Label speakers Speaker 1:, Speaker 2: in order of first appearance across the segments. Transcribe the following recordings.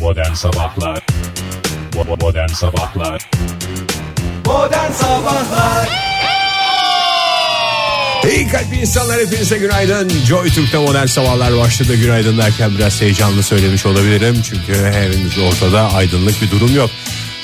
Speaker 1: Modern Sabahlar Bo- Modern Sabahlar
Speaker 2: Modern Sabahlar
Speaker 3: İyi kalp insanlar hepinize günaydın. Joy Türk'te modern sabahlar başladı. Günaydın derken biraz heyecanlı söylemiş olabilirim. Çünkü henüz ortada aydınlık bir durum yok.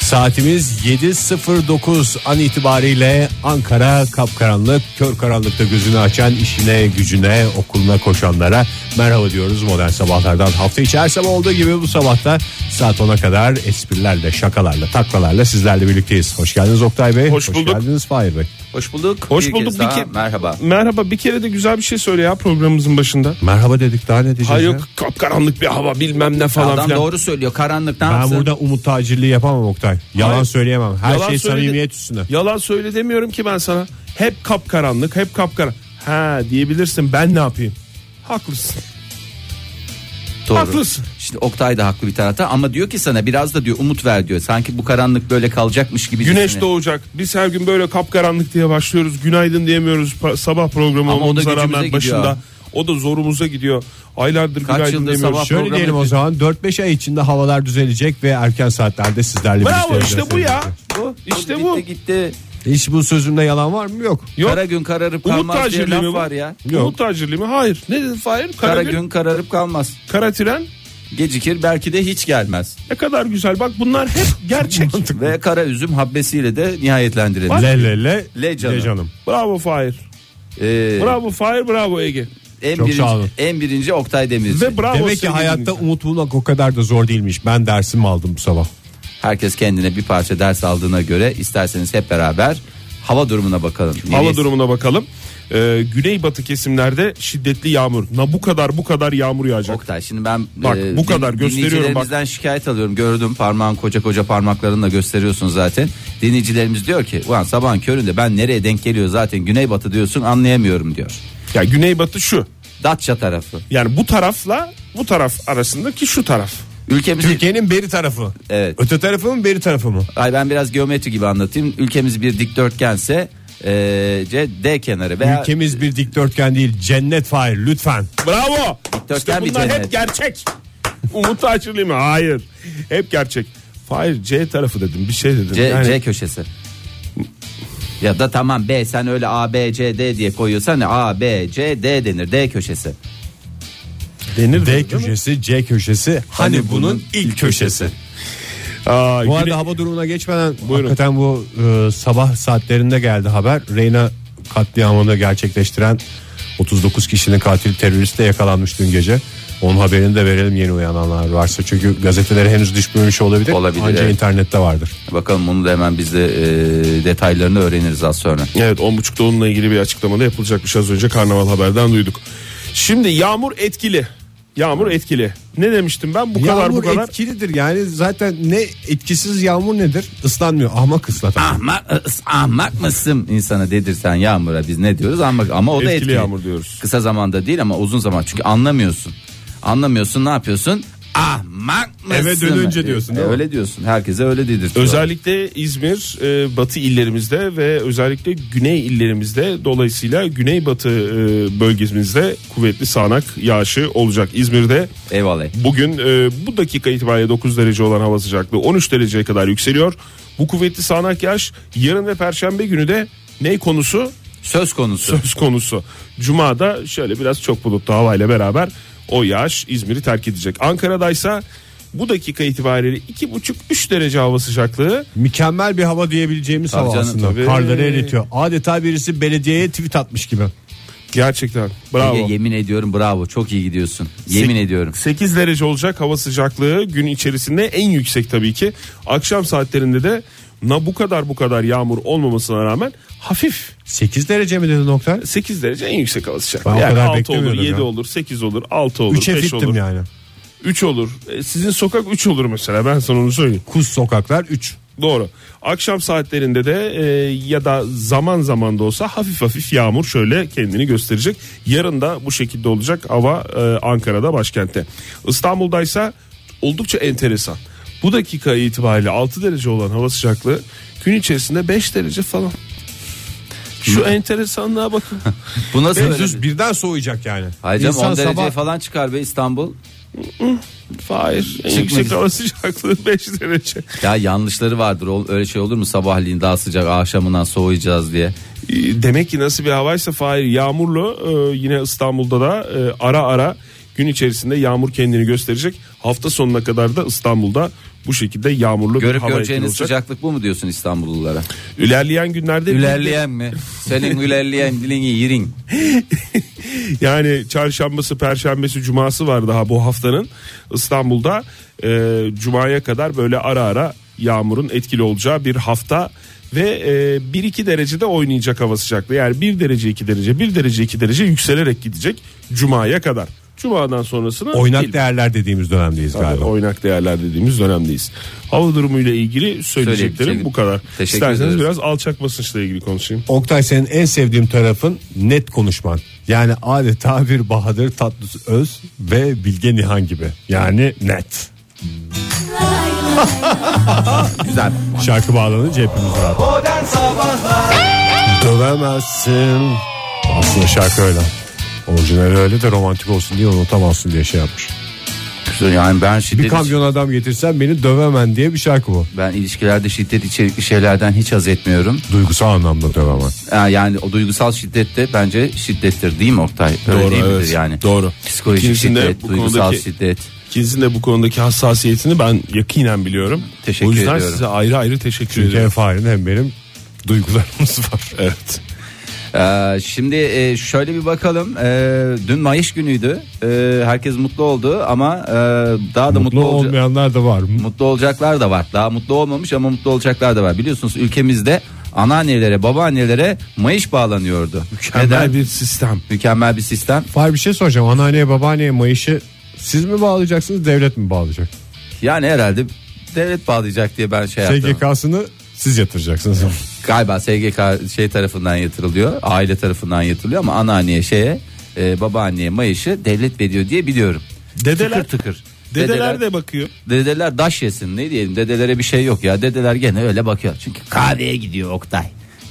Speaker 3: Saatimiz 7.09 an itibariyle Ankara kapkaranlık, kör karanlıkta gözünü açan işine, gücüne, okuluna koşanlara merhaba diyoruz modern sabahlardan. Hafta içi her sabah olduğu gibi bu sabahta saat 10'a kadar esprilerle, şakalarla, taklalarla sizlerle birlikteyiz. Hoş geldiniz Oktay Bey.
Speaker 4: Hoş bulduk.
Speaker 3: geldiniz Fahir Bey.
Speaker 2: Hoş bulduk.
Speaker 4: Hoş
Speaker 2: Bir
Speaker 4: bulduk.
Speaker 2: kez
Speaker 4: Bir
Speaker 2: daha
Speaker 4: ke-
Speaker 2: Merhaba.
Speaker 4: Merhaba bir kere de güzel bir şey söyle ya programımızın başında.
Speaker 3: Merhaba dedik daha ne diyeceğiz
Speaker 4: Hayır
Speaker 3: ya?
Speaker 4: yok kapkaranlık bir hava bilmem ne falan
Speaker 2: Adam
Speaker 4: filan.
Speaker 2: doğru söylüyor. Karanlık ne
Speaker 3: Ben
Speaker 2: yapsın?
Speaker 3: burada umut tacirliği yapamam Oktay. Yalan
Speaker 4: Hayır.
Speaker 3: söyleyemem. Her
Speaker 4: Yalan
Speaker 3: şey
Speaker 4: söyledi-
Speaker 3: samimiyet üstüne.
Speaker 4: Yalan söyle demiyorum ki ben sana. Hep kapkaranlık hep kapkaranlık. Ha diyebilirsin ben ne yapayım? Haklısın.
Speaker 2: Doğru.
Speaker 4: Haklısın.
Speaker 2: Şimdi Oktay da haklı bir tarafta ama diyor ki sana biraz da diyor umut ver diyor. Sanki bu karanlık böyle kalacakmış gibi.
Speaker 4: Güneş
Speaker 2: düşünüyor.
Speaker 4: doğacak. Biz her gün böyle kapkaranlık diye başlıyoruz. Günaydın diyemiyoruz. Pa- sabah programı
Speaker 2: Ama o da
Speaker 4: olmamıza
Speaker 2: gücümüze
Speaker 4: rağmen
Speaker 2: gidiyor
Speaker 4: başında.
Speaker 2: ha.
Speaker 4: O da zorumuza gidiyor. Aylardır
Speaker 2: Kaç
Speaker 4: günaydın
Speaker 2: yıldır
Speaker 4: demiyoruz.
Speaker 2: sabah
Speaker 3: Şöyle
Speaker 2: Programı
Speaker 3: diyelim o
Speaker 2: yapıyor.
Speaker 3: zaman 4-5 ay içinde havalar düzelecek ve erken saatlerde sizlerle
Speaker 4: Bravo işte bu ya.
Speaker 3: olacağız.
Speaker 4: Bu, işte
Speaker 2: Gitti,
Speaker 4: bu.
Speaker 2: gitti.
Speaker 3: Hiç bu sözümde yalan var mı? Yok.
Speaker 4: Yok.
Speaker 2: Kara gün kararıp
Speaker 4: Umut
Speaker 2: kalmaz diye
Speaker 4: tacirliği mi
Speaker 2: laf
Speaker 4: bu?
Speaker 2: var ya.
Speaker 3: Yok.
Speaker 4: Umut tacirliği mi? Hayır. Ne dedin Fahir? Kara,
Speaker 2: Kara
Speaker 4: gün,
Speaker 2: gün kararıp kalmaz.
Speaker 4: kara tren.
Speaker 2: Gecikir belki de hiç gelmez.
Speaker 4: Ne kadar güzel. Bak bunlar hep gerçek.
Speaker 2: Ve kara üzüm habbesiyle de nihayetlendirelim.
Speaker 3: Le le le.
Speaker 2: Le canım.
Speaker 4: Bravo Fahir.
Speaker 2: Ee,
Speaker 4: Bravo Fahir, bravo Ege.
Speaker 2: en,
Speaker 3: Çok
Speaker 2: birinci,
Speaker 3: sağ olun.
Speaker 2: en birinci Oktay Demirci.
Speaker 4: Ve bravo
Speaker 3: Demek ki
Speaker 4: sevgili
Speaker 3: hayatta
Speaker 4: dinleyiciler.
Speaker 3: umut bulmak o kadar da zor değilmiş. Ben dersimi aldım bu sabah.
Speaker 2: Herkes kendine bir parça ders aldığına göre isterseniz hep beraber hava durumuna bakalım.
Speaker 4: hava
Speaker 2: Neresi?
Speaker 4: durumuna bakalım. Ee, güneybatı kesimlerde şiddetli yağmur. Na bu kadar bu kadar yağmur yağacak.
Speaker 2: Oktay şimdi ben e,
Speaker 4: Bak, bu kadar gösteriyorum,
Speaker 2: dinleyicilerimizden şikayet alıyorum gördüm parmağın koca koca parmaklarınla gösteriyorsun zaten dinleyicilerimiz diyor ki ulan sabahın köründe ben nereye denk geliyor zaten güneybatı diyorsun anlayamıyorum diyor
Speaker 4: Ya güneybatı şu.
Speaker 2: Datça tarafı
Speaker 4: Yani bu tarafla bu taraf arasındaki şu taraf.
Speaker 2: ülkemizi
Speaker 3: Türkiye'nin beri tarafı.
Speaker 2: Evet.
Speaker 3: Öte tarafı mı beri tarafı mı?
Speaker 2: ay ben biraz geometri gibi anlatayım ülkemiz bir dikdörtgense eee, C D kenarı veya
Speaker 3: Ülkemiz bir dikdörtgen değil. Cennet Fahir lütfen.
Speaker 4: Bravo. İşte
Speaker 2: bir
Speaker 4: bunlar
Speaker 2: cennet.
Speaker 4: hep gerçek. Umut açılıyor mu? Hayır. Hep gerçek. Hayır C tarafı dedim bir şey dedim.
Speaker 2: C,
Speaker 4: Yani
Speaker 2: C köşesi. Ya da tamam B sen öyle A B C D diye koyuyorsan A B C D denir D köşesi.
Speaker 3: Denir D köşesi, C köşesi. Hani, bunun, ilk köşesi.
Speaker 4: Aa,
Speaker 3: Bu
Speaker 4: güne-
Speaker 3: arada hava durumuna geçmeden
Speaker 4: Buyurun.
Speaker 3: hakikaten bu e, sabah saatlerinde geldi haber. Reyna katliamını gerçekleştiren 39 kişinin katil terörist de yakalanmış dün gece. Onun haberini de verelim yeni uyananlar varsa. Çünkü gazetelere henüz düşmemiş olabilir.
Speaker 2: Olabilir,
Speaker 3: Anca
Speaker 2: evet.
Speaker 3: internette vardır.
Speaker 2: Bakalım onu da hemen biz de e, detaylarını öğreniriz az sonra.
Speaker 4: Evet 10.30'da onunla ilgili bir açıklamada yapılacakmış az önce karnaval haberden duyduk. Şimdi yağmur etkili. Yağmur etkili. Ne demiştim ben? Bu kadar bu
Speaker 3: yağmur
Speaker 4: kadar.
Speaker 3: etkilidir yani zaten ne etkisiz yağmur nedir? Islanmıyor ahmak ıslatan.
Speaker 2: Ahmak, e, ahmak mısın insana dedirsen yağmura biz ne diyoruz ahmak ama o da
Speaker 4: Etkili
Speaker 2: etkili.
Speaker 4: yağmur diyoruz.
Speaker 2: Kısa zamanda değil ama uzun zaman çünkü anlamıyorsun. Anlamıyorsun ne yapıyorsun? Ahmak mısın?
Speaker 3: Eve dönünce diyorsun, değil mi?
Speaker 2: öyle diyorsun herkese öyle dedirtiyor.
Speaker 4: Özellikle İzmir, e, batı illerimizde ve özellikle güney illerimizde dolayısıyla güneybatı e, bölgemizde kuvvetli sağanak yağışı olacak. İzmir'de
Speaker 2: Eyvallah.
Speaker 4: Bugün e, bu dakika itibariyle 9 derece olan hava sıcaklığı 13 dereceye kadar yükseliyor. Bu kuvvetli sağanak yağış yarın ve perşembe günü de ne konusu?
Speaker 2: Söz konusu.
Speaker 4: Söz konusu. Cuma'da şöyle biraz çok bulutlu havayla beraber o yağış İzmir'i terk edecek. Ankara'daysa bu dakika itibariyle 2,5-3 derece hava sıcaklığı
Speaker 3: Mükemmel bir hava diyebileceğimiz
Speaker 2: Tabii
Speaker 3: hava
Speaker 2: canım,
Speaker 3: aslında.
Speaker 4: tabii.
Speaker 3: Karları eritiyor. Adeta birisi belediyeye tweet atmış gibi.
Speaker 4: gerçekten
Speaker 2: Ege,
Speaker 4: bravo.
Speaker 2: yemin ediyorum bravo çok iyi gidiyorsun. Yemin
Speaker 4: Sek-
Speaker 2: ediyorum.
Speaker 4: 8 derece olacak hava sıcaklığı gün içerisinde en yüksek tabii ki. Akşam saatlerinde de na bu kadar bu kadar yağmur olmamasına rağmen hafif
Speaker 3: 8 derece mi dedi nokta?
Speaker 4: 8 derece en yüksek hava sıcaklığı.
Speaker 3: Ben o
Speaker 4: Yani
Speaker 3: kadar
Speaker 4: 6 olur,
Speaker 3: beklemiyordum
Speaker 4: 7
Speaker 3: ya.
Speaker 4: olur, 8 olur, 6 olur,
Speaker 3: 3'e
Speaker 4: 5
Speaker 3: fittim
Speaker 4: olur,
Speaker 3: yani.
Speaker 4: 3 olur. E, sizin sokak 3 olur mesela ben sana onu söyleyeyim.
Speaker 3: Kuz sokaklar 3.
Speaker 4: Doğru. Akşam saatlerinde de e, ya da zaman zaman da olsa hafif hafif yağmur şöyle kendini gösterecek. Yarın da bu şekilde olacak hava e, Ankara'da başkentte. İstanbul'daysa oldukça enteresan. Bu dakika itibariyle 6 derece olan hava sıcaklığı gün içerisinde 5 derece falan. Şu enteresanlığa bakın.
Speaker 2: Bu nasıl?
Speaker 3: Düz birden soğuyacak yani.
Speaker 2: Hayır canım
Speaker 3: İnsan
Speaker 2: 10 dereceye
Speaker 3: sabah
Speaker 2: falan çıkar be İstanbul.
Speaker 4: Hayır. En yüksek hava sıcaklığı 5 derece.
Speaker 2: Ya yanlışları vardır. O- Öyle şey olur mu sabahleyin daha sıcak akşamından soğuyacağız diye.
Speaker 4: E, Demek ki nasıl bir havaysa Fahir yağmurlu e, yine İstanbul'da da e, ara ara gün içerisinde yağmur kendini gösterecek. Hafta sonuna kadar da İstanbul'da bu şekilde yağmurlu bir
Speaker 2: Görüp
Speaker 4: hava etkili
Speaker 2: göreceğiniz
Speaker 4: olacak.
Speaker 2: sıcaklık bu mu diyorsun İstanbullulara?
Speaker 4: İlerleyen günlerde
Speaker 2: Ülerleyen mi? Senin ülerleyen dilini yirin.
Speaker 4: yani çarşambası, perşembesi, cuması var daha bu haftanın İstanbul'da e, cumaya kadar böyle ara ara yağmurun etkili olacağı bir hafta ve e, 1-2 derecede oynayacak hava sıcaklığı. Yani 1 derece 2 derece 1 derece 2 derece yükselerek gidecek cumaya kadar. Cumadan sonrasını
Speaker 3: Oynak
Speaker 4: değil.
Speaker 3: değerler dediğimiz dönemdeyiz galiba.
Speaker 4: oynak değerler dediğimiz dönemdeyiz. Hava durumuyla ilgili söyleyeceklerim
Speaker 2: Söyleyecek-
Speaker 4: bu kadar.
Speaker 2: Teşekkür
Speaker 4: İsterseniz
Speaker 2: ederiz.
Speaker 4: biraz alçak basınçla ilgili konuşayım.
Speaker 3: Oktay senin en sevdiğim tarafın net konuşman. Yani adeta bir Bahadır Tatlıs Öz ve Bilge Nihan gibi. Yani net.
Speaker 2: Güzel.
Speaker 3: Şarkı bağlanınca hepimiz rahat. Dövemezsin. Aslında şarkı öyle. Orijinali öyle de romantik olsun diye unutamazsın diye şey yapmış.
Speaker 2: Güzel. Yani ben şiddet
Speaker 3: Bir kamyon adam getirsen beni dövemen diye bir şarkı bu.
Speaker 2: ben ilişkilerde şiddet içerikli şeylerden hiç haz etmiyorum.
Speaker 3: Duygusal anlamda dövemen.
Speaker 2: Ha, Yani o duygusal şiddet de bence şiddettir değil mi Oktay? Öyle
Speaker 4: Doğru,
Speaker 2: değil midir
Speaker 4: evet.
Speaker 2: yani?
Speaker 4: Doğru.
Speaker 2: Psikolojik
Speaker 4: İkincisinde
Speaker 2: şiddet,
Speaker 4: bu
Speaker 2: duygusal
Speaker 4: konudaki-
Speaker 2: şiddet.
Speaker 4: İkinizin de bu konudaki hassasiyetini ben yakinen biliyorum.
Speaker 2: Teşekkür
Speaker 4: O yüzden
Speaker 2: ediyorum.
Speaker 4: size ayrı ayrı teşekkür
Speaker 3: Çünkü hem
Speaker 4: ediyorum.
Speaker 3: Fahir'in hem benim duygularımız var.
Speaker 4: Evet.
Speaker 2: Ee, şimdi e, şöyle bir bakalım. Ee, dün Mayıs günüydü. Ee, herkes mutlu oldu ama e, daha da mutlu,
Speaker 3: Mutlu
Speaker 2: olacak.
Speaker 3: olmayanlar da var.
Speaker 2: Mutlu olacaklar da var. Daha mutlu olmamış ama mutlu olacaklar da var. Biliyorsunuz ülkemizde anneannelere, babaannelere Mayış bağlanıyordu. Neden?
Speaker 4: Mükemmel bir sistem.
Speaker 2: Mükemmel bir sistem.
Speaker 3: Fahir bir şey soracağım. Anneanneye babaanneye mayışı siz mi bağlayacaksınız devlet mi bağlayacak?
Speaker 2: Yani herhalde devlet bağlayacak diye ben şey yaptım.
Speaker 3: SGK'sını siz yatıracaksınız.
Speaker 2: Galiba SGK şey tarafından yatırılıyor. Aile tarafından yatırılıyor ama anneanneye şeye e, babaanneye Mayış'ı devlet veriyor diye biliyorum.
Speaker 4: Dedeler-
Speaker 2: tıkır tıkır.
Speaker 4: Dedeler, de bakıyor.
Speaker 2: Dedeler daş yesin ne diyelim dedelere bir şey yok ya dedeler gene öyle bakıyor çünkü kahveye gidiyor Oktay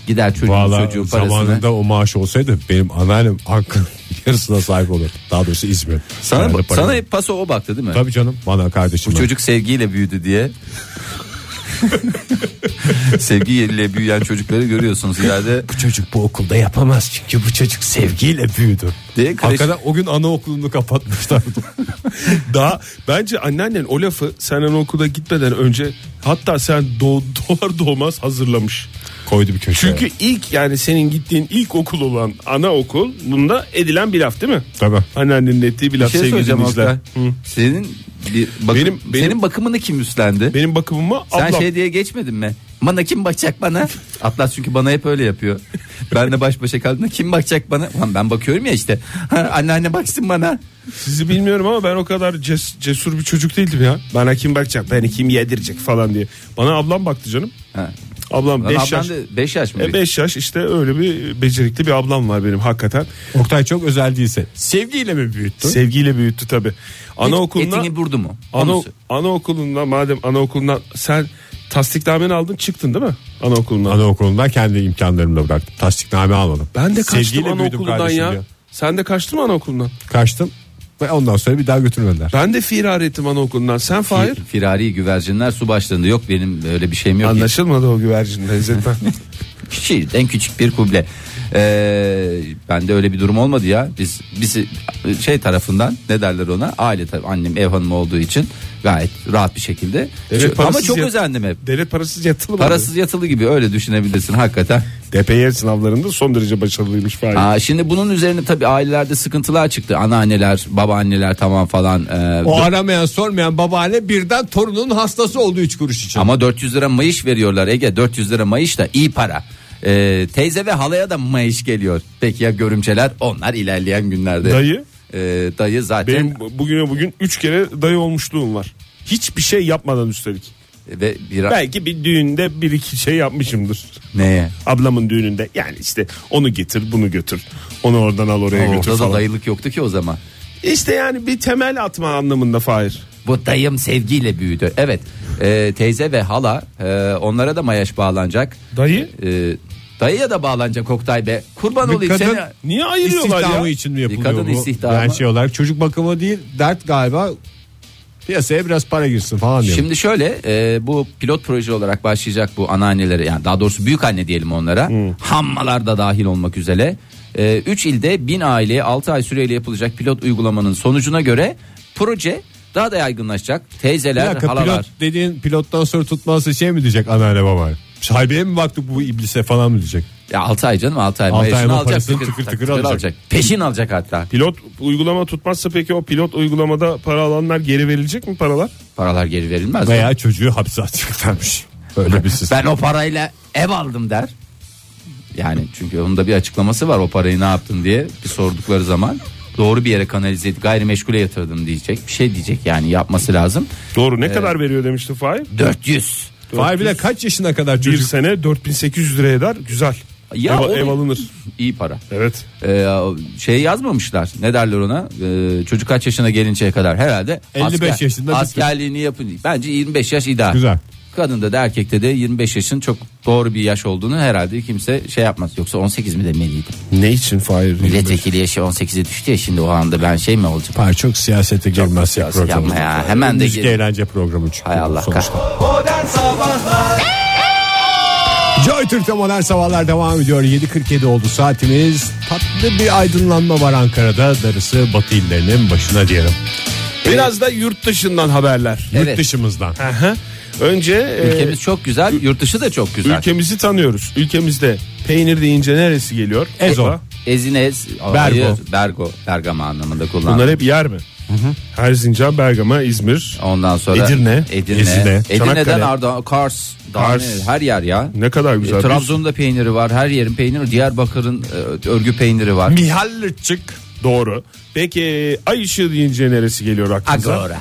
Speaker 2: gider çocuğun
Speaker 3: Valla
Speaker 2: çocuğun parasını
Speaker 3: zamanında o maaş olsaydı benim anneannem Ankara'nın yarısına sahip olur. Daha doğrusu İzmir.
Speaker 2: sana,
Speaker 3: Herhalde para-
Speaker 2: sana hep paso o baktı değil mi
Speaker 3: Tabii canım bana
Speaker 2: bu
Speaker 3: kardeşim.
Speaker 2: çocuk sevgiyle büyüdü diye sevgiyle büyüyen çocukları görüyorsunuz ileride
Speaker 3: bu çocuk bu okulda yapamaz çünkü bu çocuk sevgiyle büyüdü.
Speaker 2: diye kreş-
Speaker 3: Hakikaten o gün anaokulunu kapatmışlar.
Speaker 4: Daha bence anneannen o lafı sen anaokula gitmeden önce hatta sen doğ, doğar doğmaz hazırlamış.
Speaker 3: Koydu bir köşeye.
Speaker 4: Çünkü ilk yani senin gittiğin ilk okul olan anaokul bunda edilen bir laf değil mi?
Speaker 3: Tabii.
Speaker 4: Anneannenin ettiği bir
Speaker 2: bir
Speaker 4: laf
Speaker 2: şey
Speaker 4: sevgili
Speaker 2: söyleyeceğim
Speaker 4: dinleyiciler.
Speaker 2: Oktay senin bir bakım-
Speaker 4: Benim- benim-
Speaker 2: senin bakımını kim üstlendi
Speaker 4: Benim bakımıma
Speaker 2: Sen
Speaker 4: ablam
Speaker 2: şey diye geçmedin mi? Bana kim bakacak bana? Atlas çünkü bana hep öyle yapıyor. Ben de baş başa kaldığımda kim bakacak bana? Ulan ben bakıyorum ya işte. Ha, anneanne baksın bana.
Speaker 4: Sizi bilmiyorum ama ben o kadar ces- cesur bir çocuk değildim ya. Bana kim bakacak, beni kim yedirecek falan diye. Bana ablam baktı canım.
Speaker 2: Ha.
Speaker 4: Ablam 5 yaş.
Speaker 2: 5 yaş mı?
Speaker 4: E 5 yaş işte öyle bir becerikli bir ablam var benim hakikaten.
Speaker 3: Oktay çok özel değilse sevgiyle mi büyüttün?
Speaker 4: Sevgiyle büyüttü tabi. Anaokuluna
Speaker 2: Etini burdu mu?
Speaker 4: ana,
Speaker 2: Onu sor.
Speaker 4: anaokulunda madem anaokulundan sen tasdiknameni aldın çıktın değil mi? Anaokulundan.
Speaker 3: Anaokulundan kendi imkanlarımla bıraktım. Tasdikname almadım.
Speaker 4: ben de kaçtım
Speaker 3: Sevgiyle büyüdüm
Speaker 4: anaokulundan
Speaker 3: kardeşim
Speaker 4: ya.
Speaker 3: diyor.
Speaker 4: Sen de kaçtın mı anaokulundan?
Speaker 3: Kaçtım ve ondan sonra bir daha götürmediler.
Speaker 4: Ben de firar ettim anaokulundan. Sen Fahir.
Speaker 2: Firari güvercinler su başlarında yok benim öyle bir şeyim yok.
Speaker 4: Anlaşılmadı o güvercin lezzetten.
Speaker 2: Küçük, en küçük bir kuble. Ee, bende öyle bir durum olmadı ya. Biz bizi şey tarafından ne derler ona? Aile tarafı annem ev hanımı olduğu için gayet rahat bir şekilde.
Speaker 4: Evet,
Speaker 2: Çok- ama
Speaker 4: parasız
Speaker 2: çok
Speaker 4: yap-
Speaker 2: özendim hep.
Speaker 4: Devlet parasız yatılı mı?
Speaker 2: Parasız yatılı gibi öyle düşünebilirsin hakikaten.
Speaker 4: DPY sınavlarında son derece başarılıymış Fahir.
Speaker 2: Aa, şimdi bunun üzerine tabii ailelerde sıkıntılar çıktı. Anneanneler, babaanneler tamam falan. Ee,
Speaker 3: O aramayan sormayan babaanne birden torunun hastası oldu 3 kuruş için.
Speaker 2: ama 400 lira mayış veriyorlar Ege. 400 lira mayış da iyi para. Ee, teyze ve halaya da mayış geliyor. Peki ya görümceler? Onlar ilerleyen günlerde.
Speaker 4: Dayı?
Speaker 2: Ee, dayı zaten
Speaker 4: Benim bugüne bugün 3 kere dayı olmuşluğum var. Hiçbir şey yapmadan üstelik.
Speaker 2: ve bir
Speaker 4: Belki bir düğünde bir iki şey yapmışımdır.
Speaker 2: neye?
Speaker 4: Ablamın düğününde yani işte onu getir bunu götür. Onu oradan al oraya götür
Speaker 2: Orada da
Speaker 4: falan.
Speaker 2: dayılık yoktu ki o zaman.
Speaker 4: İşte yani bir temel atma anlamında Fahir.
Speaker 2: Bu dayım sevgiyle büyüdü. Evet. ee, teyze ve hala ee, onlara da mayaş bağlanacak.
Speaker 4: Dayı?
Speaker 2: Ee, dayıya da bağlanacak Oktay be. Kurban
Speaker 3: Bir
Speaker 2: olayım
Speaker 3: kadın-
Speaker 2: seni.
Speaker 4: Niye ayırıyorlar
Speaker 3: İstihdamı
Speaker 4: ya?
Speaker 3: için mi yapılıyor
Speaker 2: Bir kadın
Speaker 3: bu?
Speaker 2: istihdamı.
Speaker 3: Yani şey olarak çocuk bakımı değil dert galiba Piyasaya biraz para girsin falan diyor.
Speaker 2: Şimdi şöyle e, bu pilot proje olarak başlayacak bu anneannelere yani daha doğrusu büyük anne diyelim onlara
Speaker 3: Hmm.
Speaker 2: hammalar da dahil olmak üzere 3 ilde 1000 aileye 6 ay süreyle yapılacak pilot uygulamanın sonucuna göre proje daha da yaygınlaşacak.
Speaker 3: Bir
Speaker 2: Teyzeler,
Speaker 3: dakika,
Speaker 2: halalar.
Speaker 3: pilot dediğin pilottan sonra tutmazsa şey mi diyecek anneanne baba? Şaibeye mi baktık bu iblise falan mı diyecek?
Speaker 2: Ya 6 ay canım 6 ay.
Speaker 3: Altı ay
Speaker 2: Maaşını
Speaker 3: ama
Speaker 2: alacak,
Speaker 3: parasını
Speaker 2: tıkır,
Speaker 3: tıkır tıkır
Speaker 2: tıkır
Speaker 3: alacak.
Speaker 2: alacak. Peşin alacak hatta.
Speaker 4: Pilot uygulama tutmazsa peki o pilot uygulamada para alanlar geri verilecek mi paralar?
Speaker 2: Paralar geri verilmez.
Speaker 3: Veya çocuğu hapse atacaklarmış. Öyle bir sistem.
Speaker 2: Ben o parayla ev aldım der. Yani çünkü onun da bir açıklaması var o parayı ne yaptın diye bir sordukları zaman doğru bir yere kanalize edip gayrimeşgule yatırdım diyecek. Bir şey diyecek yani yapması lazım.
Speaker 4: Doğru ne
Speaker 3: Ee,
Speaker 4: kadar veriyor demişti Fahir?
Speaker 2: 400.
Speaker 3: Fahir bir de kaç yaşına kadar
Speaker 4: Bir
Speaker 3: çocuk?
Speaker 4: sene 4800 lira eder güzel.
Speaker 2: Ya
Speaker 4: ev,
Speaker 2: o-
Speaker 4: ev alınır.
Speaker 2: İyi para.
Speaker 4: Evet.
Speaker 2: Ee, şey yazmamışlar. Ne derler ona? Ee, çocuk kaç yaşına gelinceye kadar herhalde
Speaker 3: 55 yaşında bitti.
Speaker 2: askerliğini yapın. Bence 25 yaş ideal.
Speaker 3: Güzel.
Speaker 2: Kadında da erkekte de 25 yaşın çok doğru bir yaş olduğunu herhalde kimse şey yapmaz. Yoksa 18 mi demeliydi?
Speaker 4: Ne için Fahir?
Speaker 2: Milletvekili yaşı 18'e düştü ya şimdi o anda ben şey mi olacağım?
Speaker 3: Fahir çok siyasete girmez ya
Speaker 2: siyaset
Speaker 3: programı.
Speaker 2: yapma ya, hemen de
Speaker 3: Müzik
Speaker 2: gir.
Speaker 3: eğlence programı çünkü.
Speaker 2: Hay Allah
Speaker 3: sonuçta.
Speaker 2: kah.
Speaker 3: Joy Türk'te modern sabahlar devam ediyor. 7.47 oldu saatimiz. Tatlı bir aydınlanma var Ankara'da. Darısı batı illerinin başına diyelim.
Speaker 4: Biraz da yurt dışından haberler.
Speaker 2: Evet.
Speaker 3: Yurt dışımızdan.
Speaker 4: Aha. Önce e,
Speaker 2: Ülkemiz çok güzel, yurt dışı da çok güzel.
Speaker 4: ülkemizi tanıyoruz. Ülkemizde peynir deyince neresi geliyor?
Speaker 3: Ezo.
Speaker 2: Ezinez,
Speaker 3: Bergo.
Speaker 2: hayır, Bergo, Bergama anlamında kullanılıyor.
Speaker 4: Bunlar hep yer mi? Erzincan, Bergama, İzmir.
Speaker 2: Ondan sonra
Speaker 4: Edirne,
Speaker 2: Edirne,
Speaker 3: Ezine,
Speaker 2: Edirne'den
Speaker 4: Çanakkale.
Speaker 2: Arda, Kars,
Speaker 4: Kars.
Speaker 2: Kars. her yer ya.
Speaker 4: Ne kadar
Speaker 2: E,
Speaker 4: güzel.
Speaker 2: Trabzon'da peyniri var, her yerin peyniri, Diyarbakır'ın e, örgü peyniri var.
Speaker 4: Mihallıçık. Doğru. Peki ay ışığı deyince neresi geliyor aklınıza?
Speaker 2: Agora.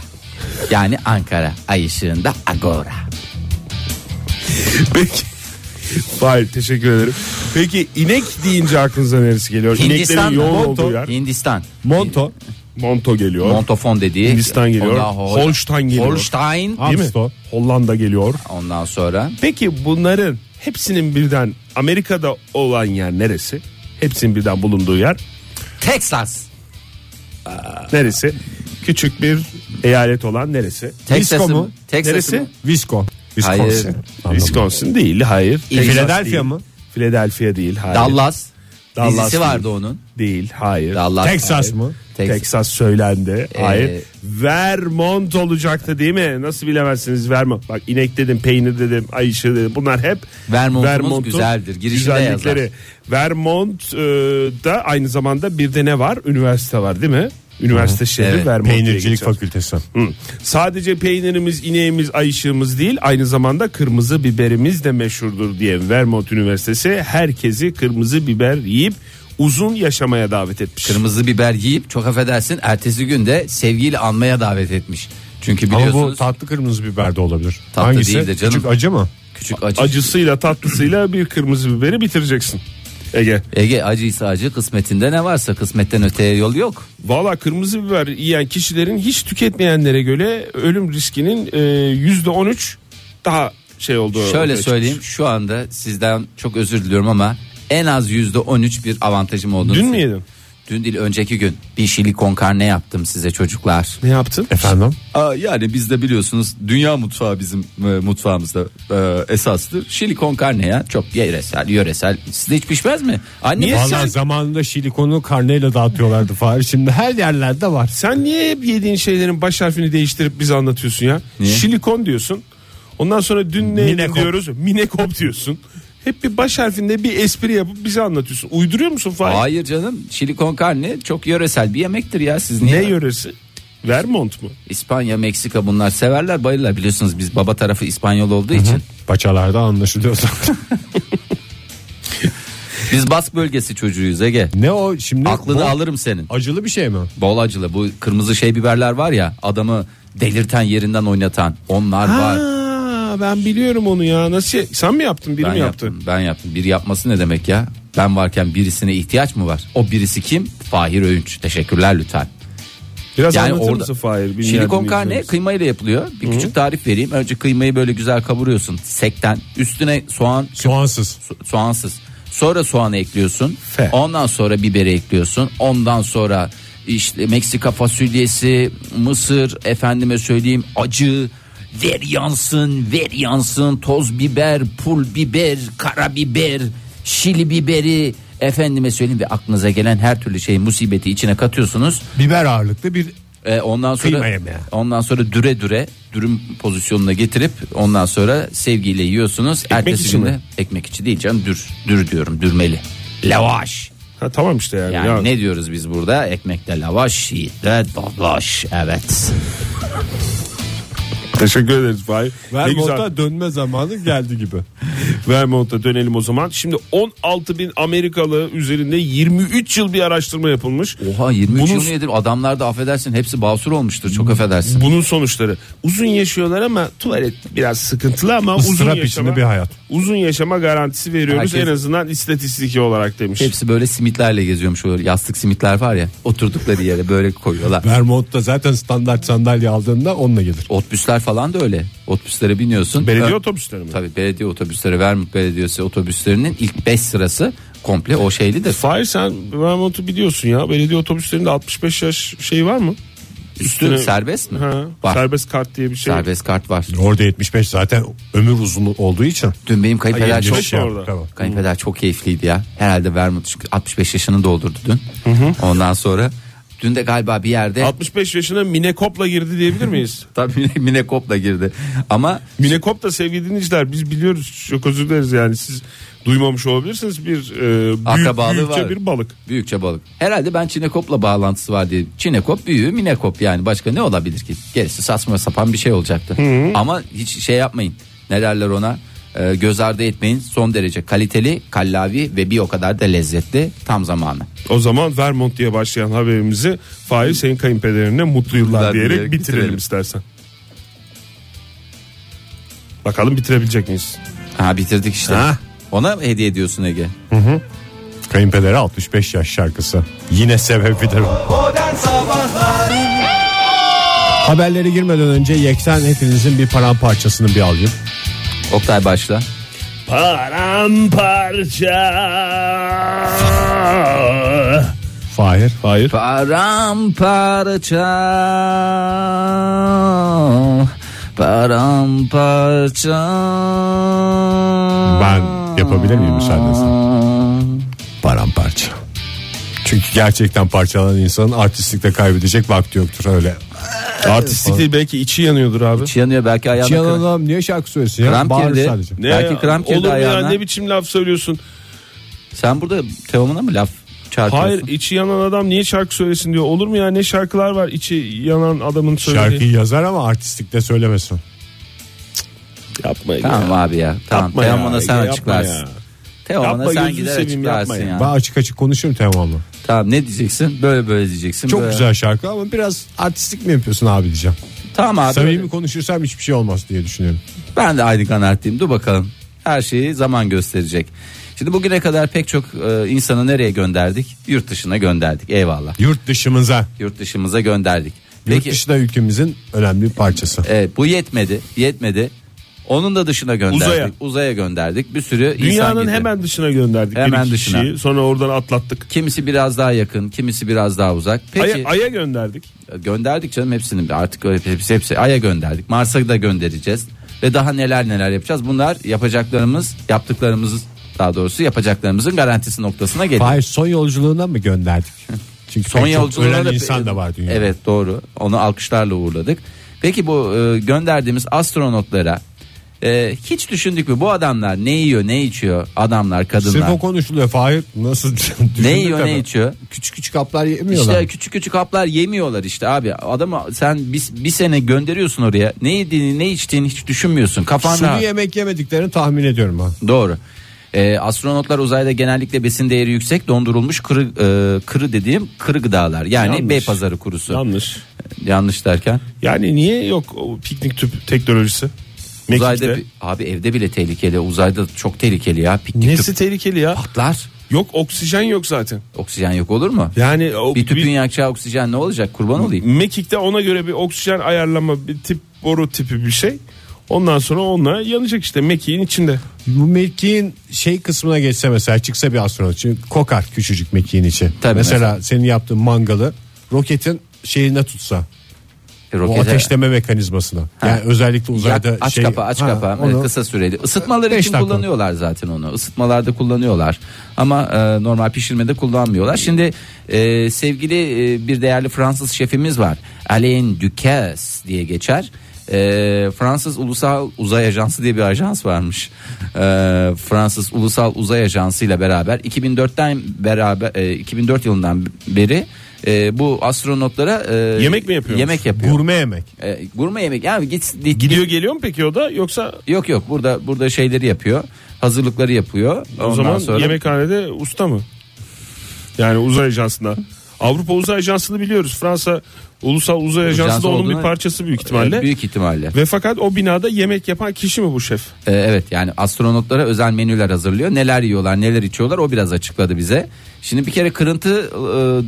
Speaker 2: Yani Ankara ay ışığında Agora.
Speaker 4: Peki. Hayır teşekkür ederim. Peki inek deyince aklınıza neresi geliyor?
Speaker 2: Hindistan,
Speaker 4: İneklerin yoğun olduğu yer.
Speaker 2: Hindistan.
Speaker 3: Monto.
Speaker 4: Monto geliyor.
Speaker 2: Montofon dediği.
Speaker 4: Hindistan geliyor.
Speaker 2: Ondan sonra-
Speaker 4: Holstein geliyor.
Speaker 2: Holstein.
Speaker 4: Değil mi?
Speaker 3: Amstel.
Speaker 4: Hollanda geliyor.
Speaker 2: Ondan sonra
Speaker 4: Peki bunların hepsinin birden Amerika'da olan yer neresi? Hepsinin birden bulunduğu yer
Speaker 2: Texas.
Speaker 4: neresi? Küçük bir eyalet olan neresi?
Speaker 2: Texas'ı
Speaker 3: mu?
Speaker 2: mı? Texas'ı
Speaker 4: Neresi?
Speaker 2: mı?
Speaker 3: Visco.
Speaker 2: Hayır.
Speaker 4: Wisconsin değil, hayır. Texas
Speaker 3: Philadelphia
Speaker 4: değil.
Speaker 3: mı?
Speaker 4: Philadelphia değil, hayır.
Speaker 2: Dallas.
Speaker 4: Dallas
Speaker 2: Dizisi
Speaker 4: değil.
Speaker 2: vardı onun.
Speaker 4: Değil, hayır.
Speaker 2: Dallas.
Speaker 3: Texas mı?
Speaker 2: Tex- Ee,
Speaker 4: Texas söylendi. Hayır. Vermont olacaktı değil mi? Nasıl bilemezsiniz Vermont. Bak inek dedim, peynir dedim, ay ışığı dedim. Bunlar hep
Speaker 2: Vermont'umuz güzeldir. Girişinde
Speaker 4: güzellikleri.
Speaker 2: yazar.
Speaker 4: Vermont e, da aynı zamanda bir de ne var? Üniversite var değil mi? Üniversite şehri
Speaker 2: Evet.
Speaker 4: Vermont. diye
Speaker 3: Peynircilik
Speaker 4: geçer.
Speaker 3: fakültesi.
Speaker 4: Hı. Sadece peynirimiz, ineğimiz, ay ışığımız değil aynı zamanda kırmızı biberimiz de meşhurdur diye Vermont Üniversitesi herkesi kırmızı biber yiyip uzun yaşamaya davet etmiş.
Speaker 2: Kırmızı biber yiyip çok affedersin ertesi günde sevgiyle anmaya davet etmiş. Çünkü
Speaker 3: Ama bu
Speaker 2: biliyorsunuz
Speaker 3: tatlı kırmızı biber de olabilir.
Speaker 2: Tatlı
Speaker 3: Hangisi?
Speaker 2: değil de canım.
Speaker 3: Küçük acı mı?
Speaker 2: küçük acı.
Speaker 4: Acısıyla tatlısıyla bir kırmızı biberi bitireceksin. Ege.
Speaker 2: Ege acıysa acı kısmetinde ne varsa kısmetten öteye yol yok.
Speaker 4: Valla kırmızı biber yiyen kişilerin hiç tüketmeyenlere göre ölüm riskinin e, yüzde %13 daha şey olduğu. ortaya
Speaker 2: Şöyle
Speaker 4: çıkmış.
Speaker 2: söyleyeyim şu anda sizden çok özür diliyorum ama en az yüzde 13 bir avantajım olduğunu.
Speaker 4: Dün mü
Speaker 2: söyleyeyim.
Speaker 4: yedin?
Speaker 2: Dün değil önceki gün bir şili con carne yaptım size çocuklar.
Speaker 4: Ne yaptın?
Speaker 3: Efendim?
Speaker 2: Aa, yani bizde biliyorsunuz dünya mutfağı bizim e, mutfağımızda e, esastır. Şili con carne ya çok yöresel yöresel. Sizde hiç pişmez mi? Anne
Speaker 3: Vallahi
Speaker 2: sen-
Speaker 3: zamanında şilikonu karneyle dağıtıyorlardı Fahir. Şimdi her yerlerde var.
Speaker 4: Sen niye hep yediğin şeylerin baş harfini değiştirip bize anlatıyorsun ya?
Speaker 2: Niye?
Speaker 4: Şilikon diyorsun. Ondan sonra dün ne yedin
Speaker 3: Minekop.
Speaker 4: diyoruz? Minekop diyorsun. Hep bir baş harfinde bir espri yapıp bize anlatıyorsun. Uyduruyor musun Fahir?
Speaker 2: Hayır canım şili con carne çok yöresel bir yemektir ya siz niye?
Speaker 4: Ne yöresi? Vermont mu?
Speaker 2: İspanya, Meksika bunlar severler bayılırlar biliyorsunuz biz baba tarafı İspanyol olduğu için.
Speaker 3: Paçalarda anlaşılıyor zaten.
Speaker 2: Biz Bask bölgesi çocuğuyuz Ege.
Speaker 3: ne o şimdi?
Speaker 2: Aklını
Speaker 3: Bu
Speaker 2: alırım senin.
Speaker 3: Acılı bir şey mi?
Speaker 2: Bol acılı bu kırmızı şey biberler var ya adamı delirten yerinden oynatan onlar var.
Speaker 4: Ha, ben biliyorum onu ya. Nasıl? şey? Sen mi yaptın? Biri
Speaker 2: Ben
Speaker 4: mi yaptı?
Speaker 2: yaptım, ben yaptım. Bir yapması ne demek ya? Ben varken birisine ihtiyaç mı var? O birisi kim? Fahir Öğünç. Teşekkürler lütfen.
Speaker 4: Biraz
Speaker 2: Yani
Speaker 4: anlatır
Speaker 2: orada-
Speaker 4: mısın Fahir?
Speaker 2: Silikon karne kıyma ile yapılıyor. Bir küçük tarif vereyim. Önce kıymayı böyle güzel kavuruyorsun sekten. Üstüne soğan
Speaker 3: Soğansız.
Speaker 2: so- soğansız. Sonra soğanı ekliyorsun.
Speaker 4: Fe.
Speaker 2: Ondan sonra biberi ekliyorsun. Ondan sonra işte Meksika fasulyesi, Mısır, efendime söyleyeyim acı, ver yansın, ver yansın, toz biber, pul biber, karabiber, şili biberi, efendime söyleyeyim ve aklınıza gelen her türlü şeyi musibeti içine katıyorsunuz.
Speaker 3: Biber ağırlıklı bir
Speaker 2: E, ondan
Speaker 3: Kıyma
Speaker 2: sonra
Speaker 3: yemeği.
Speaker 2: ondan sonra düre düre dürüm pozisyonuna getirip ondan sonra sevgiyle yiyorsunuz.
Speaker 4: içi mi?
Speaker 2: ekmek içi değil canım dür dür diyorum dürmeli. Lavaş.
Speaker 4: Ha, tamam işte yani.
Speaker 2: Yani
Speaker 4: Ya-
Speaker 2: ne diyoruz biz burada? Ekmekte lavaş, yiğitte dalaş. Evet.
Speaker 4: Teşekkür ederiz Fahir. Ne güzel.
Speaker 3: Vermont'a dönme zamanı geldi gibi.
Speaker 4: Vermont'a dönelim o zaman. Şimdi 16 bin Amerikalı üzerinde 23 yıl bir araştırma yapılmış.
Speaker 2: Oha 23
Speaker 4: Bunun-
Speaker 2: yıl nedir? Adamlar da affedersin hepsi basur olmuştur. Çok affedersin.
Speaker 4: Bunun sonuçları uzun yaşıyorlar ama tuvalet biraz sıkıntılı ama uzun
Speaker 3: Isırap
Speaker 4: yaşama,
Speaker 3: içinde bir hayat.
Speaker 4: uzun yaşama garantisi veriyoruz
Speaker 2: Herkes-
Speaker 4: en azından istatistiki olarak demiş.
Speaker 2: Hepsi böyle simitlerle geziyormuş. Öyle yastık simitler var ya. Oturdukları yere böyle koyuyorlar.
Speaker 3: Vermont'ta zaten standart sandalye aldığında onunla gelir.
Speaker 2: Otobüsler falan da öyle. Otobüslere biniyorsun.
Speaker 4: Belediye
Speaker 2: Ö-
Speaker 4: otobüsleri mi?
Speaker 2: Tabii belediye otobüsleri Vermont Belediyesi otobüslerinin ilk 5 sırası komple o şeylidir.
Speaker 4: Fahir sen Vermont'u biliyorsun ya. Belediye otobüslerinde 65 yaş şeyi var mı?
Speaker 2: Üstü serbest mi?
Speaker 4: Ha,
Speaker 2: var. Serbest.
Speaker 4: Serbest kart diye bir şey.
Speaker 2: kart var.
Speaker 3: Orada 75 zaten ömür uzun olduğu için. şey
Speaker 2: Dün benim kayınpeder
Speaker 4: Hayır,
Speaker 2: çok
Speaker 4: yaşa orada.
Speaker 3: Tamam.
Speaker 2: kayınpeder çok keyifliydi ya. Herhalde Vermont çünkü 65 yaşını doldurdu dün. Ondan sonra dün de galiba bir yerde
Speaker 4: 65 yaşına Minekop'la girdi diyebilir miyiz?
Speaker 2: tabii Mine Kop'la girdi. Ama
Speaker 4: Minekop da sevgili dinleyiciler biz biliyoruz çok özür dileriz yani siz duymamış olabilirsiniz bir e, büyük,
Speaker 2: Akrabalığı
Speaker 4: büyükçe
Speaker 2: var.
Speaker 4: bir balık.
Speaker 2: Büyükçe balık. Herhalde ben Çinekop'la bağlantısı var diye. Çinekop büyüğü minekop yani başka ne olabilir ki? Gerisi saçma sapan bir şey olacaktı. Ama hiç şey yapmayın. Ne derler ona? Ee, göz ardı etmeyin. Son derece kaliteli, kallavi ve bir o kadar da lezzetli tam zamanı.
Speaker 4: O zaman Vermont diye başlayan haberimizi Fahir senin kayınpederine mutlu yıllar
Speaker 2: Yıllar
Speaker 4: diyerek,
Speaker 2: diyerek
Speaker 4: bitirelim,
Speaker 2: bitirelim.
Speaker 4: istersen. Bakalım bitirebilecek miyiz?
Speaker 2: Ha bitirdik işte.
Speaker 4: Ha.
Speaker 2: Ona hediye ediyorsun Ege.
Speaker 3: Kayınpederi 65 yaş şarkısı. Yine sebebidir o. Haberlere girmeden önce Yeksen hepinizin bir paramparçasını bir alayım.
Speaker 2: Oktay başla.
Speaker 4: Paramparça.
Speaker 3: Fahir. Hayır.
Speaker 2: Paramparça Paramparça
Speaker 3: Ben yapabilir miyim müsaadenizle? Paramparça. Çünkü gerçekten parçalanan insanın artistlikte kaybedecek vakti yoktur öyle.
Speaker 4: Artistlik değil belki içi yanıyordur abi.
Speaker 2: İçi yanıyor belki ayağına
Speaker 3: Ee, Yalan
Speaker 2: kırar.
Speaker 3: adam niye şarkı söylesin ya?
Speaker 2: Kramp
Speaker 3: Bağırır
Speaker 2: girdi.
Speaker 3: sadece.
Speaker 4: Ne
Speaker 2: Belki
Speaker 4: ya?
Speaker 2: kram girdi
Speaker 4: Olur mu ya?
Speaker 2: ayağına.
Speaker 4: ne biçim laf söylüyorsun?
Speaker 2: Sen burada Teoman'a mı laf çarpıyorsun?
Speaker 4: Hayır içi yanan adam niye şarkı söylesin diyor. Olur mu ya ne şarkılar var içi yanan adamın söylediği.
Speaker 3: Şarkıyı yazar ama artistlikte söylemesin.
Speaker 4: Yapma
Speaker 2: Tamam abi ya. Tamam.
Speaker 4: Yapma
Speaker 2: Teoman'a
Speaker 4: ya,
Speaker 2: sen
Speaker 4: yapma
Speaker 2: açıklarsın.
Speaker 4: ya.
Speaker 2: Teoman'a
Speaker 4: Yapma,
Speaker 2: sen
Speaker 4: gözünü
Speaker 2: gider
Speaker 4: seveyim, yapma
Speaker 2: açıklarsın
Speaker 4: ya.
Speaker 2: ya.
Speaker 3: Ben açık açık konuşurum Teoman'la.
Speaker 2: Tamam ne diyeceksin? Böyle böyle diyeceksin.
Speaker 3: Çok
Speaker 2: böyle.
Speaker 3: güzel şarkı ama biraz artistlik mi yapıyorsun abi diyeceğim.
Speaker 2: Tamam abi.
Speaker 3: Samimi konuşursam hiçbir şey olmaz diye düşünüyorum.
Speaker 2: Ben de aynı kanaatteyim. Dur bakalım. Her şeyi zaman gösterecek. Şimdi bugüne kadar pek çok e, insanı nereye gönderdik? Yurt dışına gönderdik. Eyvallah.
Speaker 3: Yurt dışımıza.
Speaker 2: Yurt dışımıza gönderdik.
Speaker 3: Yurt
Speaker 2: Peki
Speaker 3: dışı da ülkemizin önemli bir parçası.
Speaker 2: e, bu yetmedi. Yetmedi. Onun da dışına gönderdik.
Speaker 4: Uzaya.
Speaker 2: Uzaya, gönderdik. Bir sürü insan
Speaker 4: Dünyanın
Speaker 2: gitti.
Speaker 4: hemen dışına gönderdik.
Speaker 2: Hemen
Speaker 4: bir iki
Speaker 2: dışına.
Speaker 4: kişiyi. Sonra oradan atlattık.
Speaker 2: Kimisi biraz daha yakın, kimisi biraz daha uzak. Peki
Speaker 4: Ay'a, Ay'a gönderdik.
Speaker 2: gönderdik canım hepsini artık öyle hepsi, hepsi Ay'a gönderdik. Mars'a da göndereceğiz ve daha neler neler yapacağız. Bunlar yapacaklarımız, yaptıklarımız daha doğrusu yapacaklarımızın garantisi noktasına geldik.
Speaker 3: Hayır son yolculuğuna mı gönderdik? Çünkü
Speaker 2: Son
Speaker 3: pek çok
Speaker 2: yolculuğuna
Speaker 3: ölen
Speaker 2: da-
Speaker 3: insan da var dünyada.
Speaker 2: Evet doğru. Onu alkışlarla uğurladık. Peki bu e, gönderdiğimiz astronotlara e, hiç düşündük mü bu adamlar ne yiyor, ne içiyor? Adamlar,
Speaker 3: Sırf
Speaker 2: kadınlar.
Speaker 3: o konuşuluyor Fahir. Nasıl düşündük
Speaker 2: Ne yiyor,
Speaker 3: hemen.
Speaker 2: ne içiyor?
Speaker 3: Küçük küçük kaplar yemiyorlar.
Speaker 2: İşte küçük küçük haplar yemiyorlar işte abi. Adamı sen bir, bir sene gönderiyorsun oraya. Ne yediğini ne içtiğini hiç düşünmüyorsun. Kafan
Speaker 3: Sulu
Speaker 2: rahat.
Speaker 3: yemek yemediklerini tahmin ediyorum ben.
Speaker 2: Doğru. Ee, astronotlar uzayda genellikle besin değeri yüksek dondurulmuş kırı, e, kırı dediğim kırı gıdalar. Yani
Speaker 4: Yanlış.
Speaker 2: bey pazarı kurusu.
Speaker 4: Yanlış.
Speaker 2: Yanlış derken.
Speaker 4: Yani niye yok o piknik tüp teknolojisi? Mekik'te.
Speaker 2: Uzayda bi- abi evde bile tehlikeli. Uzayda çok tehlikeli ya. Piknik
Speaker 4: Nesi
Speaker 2: tüp
Speaker 4: tehlikeli ya?
Speaker 2: patlar.
Speaker 4: Yok oksijen yok zaten.
Speaker 2: Oksijen yok olur mu?
Speaker 4: Yani o,
Speaker 2: bir tüpün
Speaker 4: bir-
Speaker 2: yakacağı oksijen ne olacak? Kurban olayım.
Speaker 4: Mekik'te ona göre bir oksijen ayarlama bir tip boru tipi bir şey. Ondan sonra onunla yanacak işte Mekik'in içinde.
Speaker 3: Bu mekiğin şey kısmına geçse mesela çıksa bir astronot için kokar küçücük mekiğin içi.
Speaker 2: Tabii
Speaker 3: mesela, senin yaptığın mangalı roketin şeyine tutsa.
Speaker 2: E,
Speaker 3: O
Speaker 2: rokete-
Speaker 3: ateşleme mekanizmasına. Yani özellikle uzayda
Speaker 2: Yak- aç
Speaker 3: şey.
Speaker 2: kapa aç
Speaker 3: Ha,
Speaker 2: kapa
Speaker 3: onu-
Speaker 2: kısa süreli ısıtmalar
Speaker 3: Beş
Speaker 2: için
Speaker 3: dakika.
Speaker 2: kullanıyorlar zaten onu ısıtmalarda kullanıyorlar ama e, normal pişirmede kullanmıyorlar şimdi e, sevgili e, bir değerli Fransız şefimiz var Alain Ducasse diye geçer E, Fransız Ulusal Uzay Ajansı diye bir ajans varmış E, Fransız Ulusal Uzay Ajansı ile beraber 2004'ten beraber e, 2004 yılından beri e, bu astronotlara e,
Speaker 4: Yemek mi yapıyormuş?
Speaker 2: Yemek yapıyor.
Speaker 3: Gurme yemek.
Speaker 2: E, gurme yemek yani git, git
Speaker 4: Gidiyor geliyor mu peki o da yoksa
Speaker 2: Yok yok burada burada şeyleri yapıyor. Hazırlıkları yapıyor.
Speaker 4: o zaman
Speaker 2: sonra
Speaker 4: yemekhanede usta mı? Yani uzay ajansında. Avrupa Uzay Ajansı'nı biliyoruz. Fransa Ulusal Uzay Ajansı,
Speaker 2: Ajansı
Speaker 4: da onun
Speaker 2: olduğuna-
Speaker 4: bir parçası büyük ihtimalle.
Speaker 2: e, büyük ihtimalle.
Speaker 4: Ve fakat o binada yemek yapan kişi mi bu şef?
Speaker 2: E, evet yani astronotlara özel menüler hazırlıyor. Neler yiyorlar, neler içiyorlar o biraz açıkladı bize. Şimdi bir kere kırıntı e,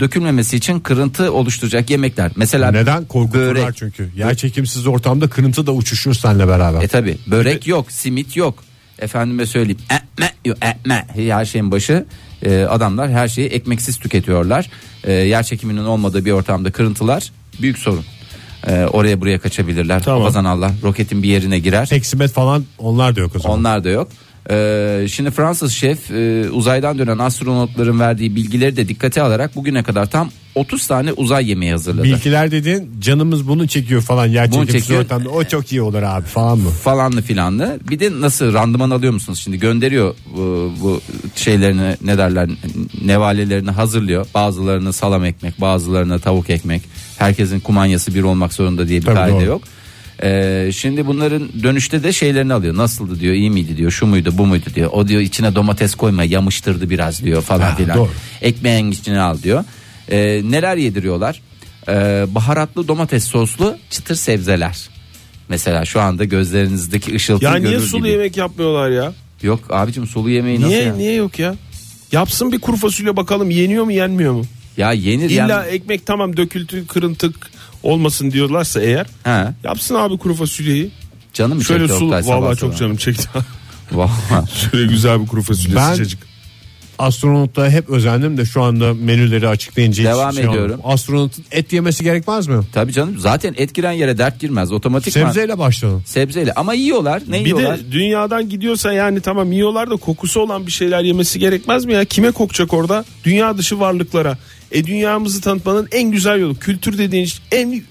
Speaker 2: dökülmemesi için kırıntı oluşturacak yemekler. Mesela
Speaker 3: Neden? Korkuturlar
Speaker 2: börek.
Speaker 3: çünkü. Yer çekimsiz ortamda kırıntı da uçuşur seninle beraber.
Speaker 2: E tabi börek yok, simit yok. Efendime söyleyeyim. Ekme yok, ekme. Her şeyin başı. E, adamlar her şeyi ekmeksiz tüketiyorlar. E, yer çekiminin olmadığı bir ortamda kırıntılar büyük sorun. E, oraya buraya kaçabilirler.
Speaker 4: Tamam.
Speaker 2: Hafazan Allah roketin bir yerine girer.
Speaker 3: Peksimet falan onlar da yok o zaman.
Speaker 2: Onlar da yok. Ee, şimdi Fransız şef e, uzaydan dönen astronotların verdiği bilgileri de dikkate alarak bugüne kadar tam 30 tane uzay yemeği hazırladı.
Speaker 3: Bilgiler dediğin canımız bunu çekiyor falan yer
Speaker 2: Bunu
Speaker 3: çekimsiz
Speaker 2: çekiyor.
Speaker 3: ortamda. O çok iyi olur abi falan mı?
Speaker 2: falanlı filanlı. Bir de nasıl randıman alıyor musunuz? Şimdi gönderiyor bu, bu şeylerini ne derler nevalelerini hazırlıyor. Bazılarını salam ekmek, bazılarını tavuk ekmek. Herkesin kumanyası bir olmak zorunda diye bir
Speaker 3: Tabii,
Speaker 2: kaide
Speaker 3: doğru.
Speaker 2: yok. Ee, şimdi bunların dönüşte de şeylerini alıyor. Nasıldı diyor, iyi miydi diyor, şu muydu, bu muydu diyor. O diyor içine domates koyma, yamıştırdı biraz diyor falan
Speaker 3: Ha,
Speaker 2: filan.
Speaker 3: doğru.
Speaker 2: Ekmeğin içine al diyor. Ee, neler yediriyorlar? Ee, baharatlı domates soslu çıtır sebzeler. Mesela şu anda gözlerinizdeki ışıltıyı
Speaker 4: Ya
Speaker 2: görür
Speaker 4: niye sulu
Speaker 2: gibi.
Speaker 4: yemek yapmıyorlar ya?
Speaker 2: Yok abicim sulu yemeği nasıl
Speaker 4: niye
Speaker 2: ya?
Speaker 4: niye yok ya? Yapsın bir kuru fasulye bakalım yeniyor mu yenmiyor mu?
Speaker 2: Ya yenir
Speaker 4: İlla
Speaker 2: E, yani.
Speaker 4: ekmek tamam döküntü kırıntı olmasın diyorlarsa eğer
Speaker 2: Ha,
Speaker 4: yapsın abi kuru fasulyeyi.
Speaker 2: canım
Speaker 4: Şöyle
Speaker 2: çekti
Speaker 4: su
Speaker 2: Oktay sabah
Speaker 4: vallahi çok
Speaker 2: sabah.
Speaker 4: canım çekti.
Speaker 2: Vallahi.
Speaker 4: Şöyle güzel bir kuru fasulye
Speaker 3: Ben-
Speaker 4: sıcacık.
Speaker 3: Astronotla hep özendim de şu anda menüleri açıklayınca hiç
Speaker 2: Devam
Speaker 3: şey olmadı.
Speaker 2: ediyorum.
Speaker 3: Astronotun et yemesi gerekmez mi?
Speaker 2: Tabii canım zaten et giren yere dert girmez otomatik
Speaker 3: Sebzeyle başlayalım.
Speaker 2: Sebzeyle ama yiyorlar. Ne
Speaker 4: Bir
Speaker 2: yiyorlar?
Speaker 4: de dünyadan gidiyorsa yani tamam yiyorlar da kokusu olan bir şeyler yemesi gerekmez mi ya? Kime kokacak orada? Dünya dışı varlıklara. E dünyamızı tanıtmanın en güzel yolu. Kültür dediğin ş- en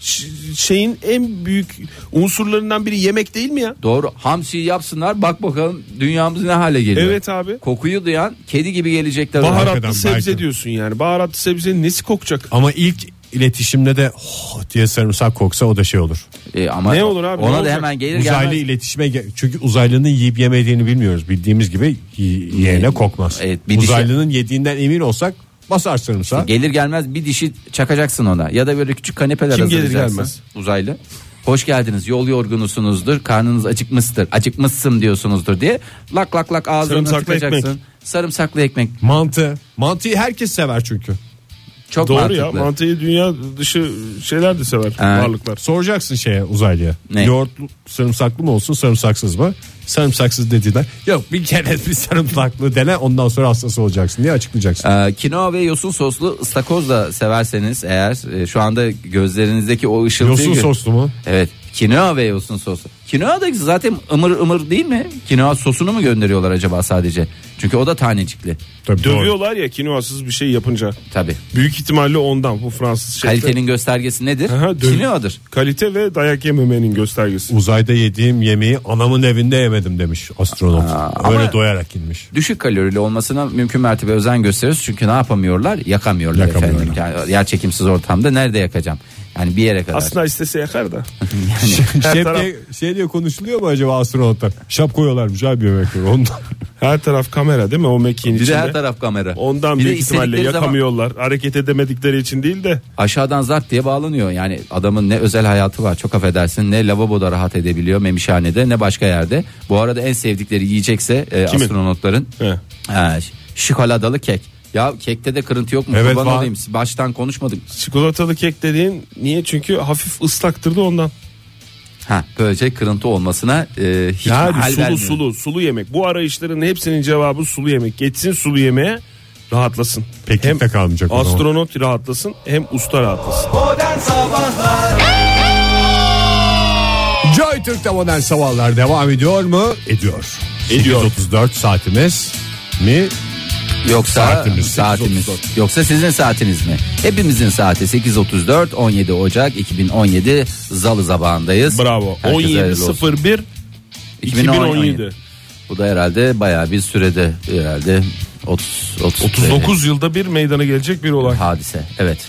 Speaker 4: ş- şeyin en büyük unsurlarından biri yemek değil mi ya?
Speaker 2: Doğru. Hamsiyi yapsınlar. Bak bakalım dünyamız ne hale geliyor.
Speaker 4: Evet abi.
Speaker 2: Kokuyu duyan kedi gibi gelecekler. oraya.
Speaker 4: Baharatlı
Speaker 3: Hakikaten
Speaker 4: sebze
Speaker 3: belki.
Speaker 4: diyorsun yani. Baharatlı sebzenin nesi kokacak?
Speaker 3: Ama ilk iletişimde de oh diye sarımsak koksa o da şey olur.
Speaker 2: E, ama
Speaker 4: Ne olur abi, ne
Speaker 2: Ona da
Speaker 4: olacak?
Speaker 2: hemen gelir
Speaker 3: Uzaylı
Speaker 2: gelmez.
Speaker 3: iletişime ge- çünkü uzaylının yiyip yemediğini bilmiyoruz. Bildiğimiz gibi y- yeğene kokmaz.
Speaker 2: Evet, bir dişi-
Speaker 3: Uzaylının yediğinden emin olsak basar sarımsağı.
Speaker 2: Gelir gelmez bir dişi çakacaksın ona. Ya da böyle küçük kanepeler
Speaker 4: Kim gelir
Speaker 2: hazırlayacaksın.
Speaker 4: gelmez?
Speaker 2: Uzaylı. Hoş geldiniz. Yol yorgunusunuzdur. Karnınız acıkmıştır. Acıkmışsın diyorsunuzdur diye. Lak lak lak ağzını
Speaker 4: Sarımsaklı
Speaker 2: tıkacaksın.
Speaker 4: ekmek.
Speaker 2: Sarımsaklı ekmek.
Speaker 3: Mantı. Mantıyı herkes sever çünkü.
Speaker 2: Çok
Speaker 4: Doğru
Speaker 2: mantıklı.
Speaker 4: ya mantıyı dünya dışı şeyler de sever varlıklar.
Speaker 3: Soracaksın şeye uzaylıya.
Speaker 2: Ne?
Speaker 3: Yoğurtlu sarımsaklı mı olsun sarımsaksız mı? Sarımsaksız dediler. Yok bir kere bir sarımsaklı dene ondan sonra hastası olacaksın diye açıklayacaksın.
Speaker 2: Ee, Kinoa ve yosun soslu ıstakoz da severseniz eğer e, şu anda gözlerinizdeki o ışıltıyı
Speaker 3: Yosun
Speaker 2: gö-
Speaker 3: soslu mu?
Speaker 2: Evet. Kinoa ve yosun sosu. Kinoa da zaten ımır ımır değil mi? Kinoa sosunu mu gönderiyorlar acaba sadece? Çünkü o da tanecikli.
Speaker 3: Tabii doğru.
Speaker 4: Dövüyorlar ya kinoasız bir şey yapınca.
Speaker 2: Tabii.
Speaker 4: Büyük ihtimalle ondan bu Fransız şefler.
Speaker 2: Kalitenin göstergesi nedir?
Speaker 4: Aha, dö-
Speaker 2: Kinoa'dır.
Speaker 4: Kalite ve dayak yememenin göstergesi.
Speaker 3: Uzayda yediğim yemeği anamın evinde yemedim demiş astronot. Öyle
Speaker 2: ama-
Speaker 3: doyarak inmiş.
Speaker 2: Düşük kalorili olmasına mümkün mertebe özen gösteriyoruz. Çünkü ne yapamıyorlar? Yakamıyorlar,
Speaker 3: Yakamıyorlar.
Speaker 2: efendim. Yani yer çekimsiz ortamda nerede yakacağım? Yani bir yere kadar.
Speaker 4: Aslında istese yakar da.
Speaker 3: Şef
Speaker 4: taraf-
Speaker 3: diye, şey diye konuşuluyor mu acaba astronotlar? Şap koyuyorlarmış abi yemekleri ondan.
Speaker 4: Her taraf kamera değil mi o mekiğin
Speaker 2: bir
Speaker 4: içinde?
Speaker 2: de her taraf kamera.
Speaker 4: Ondan
Speaker 2: bir de
Speaker 4: büyük ihtimalle
Speaker 2: istedikleri zaman-
Speaker 4: yakamıyorlar. Hareket edemedikleri için değil de.
Speaker 2: aşağıdan zart diye bağlanıyor. Yani adamın ne özel hayatı var çok affedersin ne lavaboda rahat edebiliyor memişhanede ne başka yerde. Bu arada en sevdikleri yiyecekse e,
Speaker 4: Kimin?
Speaker 2: astronotların
Speaker 4: He.
Speaker 2: Ha, ş- şokoladalı kek. Ya kekte de kırıntı yok mu?
Speaker 3: Evet,
Speaker 2: Kurban
Speaker 3: var.
Speaker 2: olayım baştan konuşmadık.
Speaker 4: Çikolatalı kek dediğin niye? Çünkü hafif ıslaktır da ondan.
Speaker 2: Ha, böylece kırıntı olmasına e, hiç
Speaker 4: Yani
Speaker 2: mahal
Speaker 4: sulu
Speaker 2: vermiyor.
Speaker 4: sulu sulu yemek. Bu arayışların hepsinin cevabı sulu yemek. Geçsin sulu yemeğe rahatlasın.
Speaker 3: Peklik de kalmayacak o zaman.
Speaker 4: astronot rahatlasın hem usta rahatlasın.
Speaker 5: Modern Sabahlar
Speaker 3: Joy Türk'te modern sabahlar devam ediyor mu? Ediyor.
Speaker 4: Ediyor.
Speaker 3: 34 saatimiz mi?
Speaker 2: Yoksa
Speaker 3: Saatimiz,
Speaker 2: saatimiz,
Speaker 3: 8.34.
Speaker 2: yoksa sizin saatiniz mi? Hepimizin saati 8.34 17 Ocak 2017 Zalı zabağındayız.
Speaker 4: Bravo.
Speaker 2: Herkese hayırlı olsun.
Speaker 4: 17.01 2017.
Speaker 2: Bu da herhalde bayağı bir sürede herhalde 30 30
Speaker 4: 39 yılda bir meydana gelecek bir olay.
Speaker 2: hadise. Evet.